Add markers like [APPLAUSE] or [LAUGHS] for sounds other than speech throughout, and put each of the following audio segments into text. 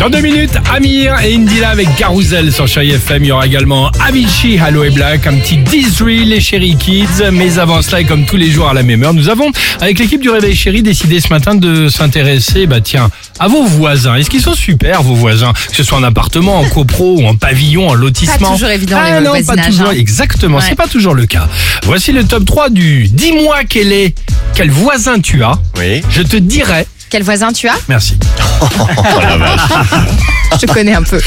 Dans deux minutes, Amir et Indila avec Carousel sur Chéri FM. Il y aura également Avicii, Halo et Black, un petit Disney, les Chéri Kids. Mais avant cela, et comme tous les jours à la même heure, nous avons, avec l'équipe du Réveil Chéri, décidé ce matin de s'intéresser, bah tiens, à vos voisins. Est-ce qu'ils sont super, vos voisins Que ce soit en appartement, en copro ou en pavillon, en Pas lotissement. toujours évident Ah les non, pas voisinages, toujours, hein. exactement, c'est Ouais. pas toujours le cas. Voici le top 3 du dis-moi quel est quel voisin tu as. Oui. Je te dirai. Quel voisin tu as Merci. Je connais un peu.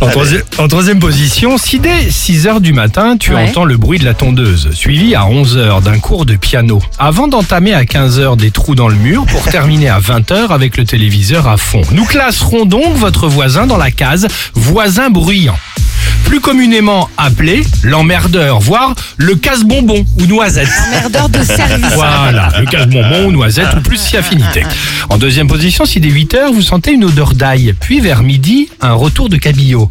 En, troisi- en troisième position, si dès 6 heures du matin, tu Ouais. entends le bruit de la tondeuse, suivi à 11 heures d'un cours de piano, avant d'entamer à 15 heures des trous dans le mur pour terminer à 20 heures avec le téléviseur à fond. Nous classerons donc votre voisin dans la case voisin bruyant. Plus communément appelé l'emmerdeur, voire le casse-bonbon ou noisette. Merdeur de service. Voilà, le casse-bonbon, noisette ou plus si affinité. En deuxième position, si dès 8 heures, vous sentez une odeur d'ail, puis vers midi, un retour de cabillaud.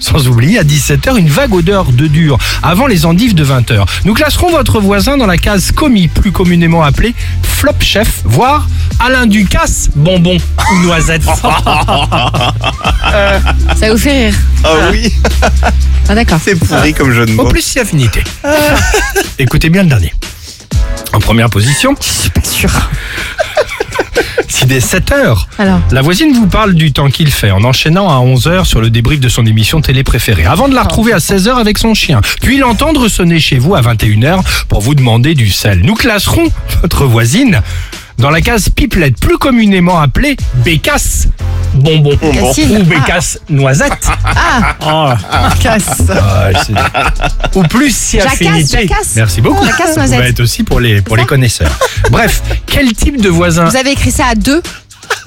Sans oublier, à 17 heures, une vague odeur de dur, avant les endives de 20 heures. Nous classerons votre voisin dans la case commis, plus communément appelé flop chef, voire Alain Ducasse, bonbon ou noisette. Ça vous fait rire Ah oui, Oh, Ah d'accord. c'est pourri comme jeu de Au mots. plus si affinité. Écoutez bien le dernier. En première position, Je suis pas sûre. si dès 7 heures, Alors, La voisine vous parle du temps qu'il fait en enchaînant à 11h sur le débrief de son émission télé préférée, avant de la retrouver à 16h avec son chien, puis l'entendre sonner chez vous à 21h pour vous demander du sel. Nous classerons votre voisine dans la case pipelette, plus communément appelée bécasse bonbon Bécassine. ou bécasse noisette. Ah. Oh casse. Ah, [LAUGHS] c'est- ou plus si Jacasse, affinité. jacasse. Merci beaucoup. Jacasse Ah, noisette. Ça va être aussi pour les, pour les connaisseurs. Bref, quel type de voisin Vous avez écrit ça à deux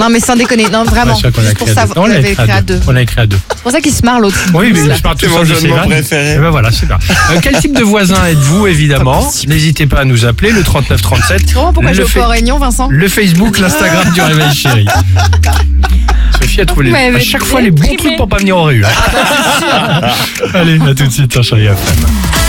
Non mais sans déconner, non Ouais, vraiment. c'est vrai qu'on l'a Juste écrit pour à ça, deux. Non, on vous l'a l'avez écrit à deux. On l'a écrit à deux. C'est pour ça qu'il se marre l'autre. Oui, mais je pars tout C'est mon seul de jeu de ces mots vannes. préféré. Eh ben voilà, super. Euh, quel type de voisin êtes-vous, évidemment N'hésitez pas à nous appeler, le 3937. Tu comprends pourquoi je le, vais pas fa- aux réunions, Vincent le Facebook, l'Instagram du Réveil [LAUGHS] Chéri. Sophie a trouvé les- Vous à m'avez chaque fois les bons hein. [LAUGHS] trucs déprimée. Ah, bah, pour pas venir en réunion. Allez, à tout de suite sur Chéri FM.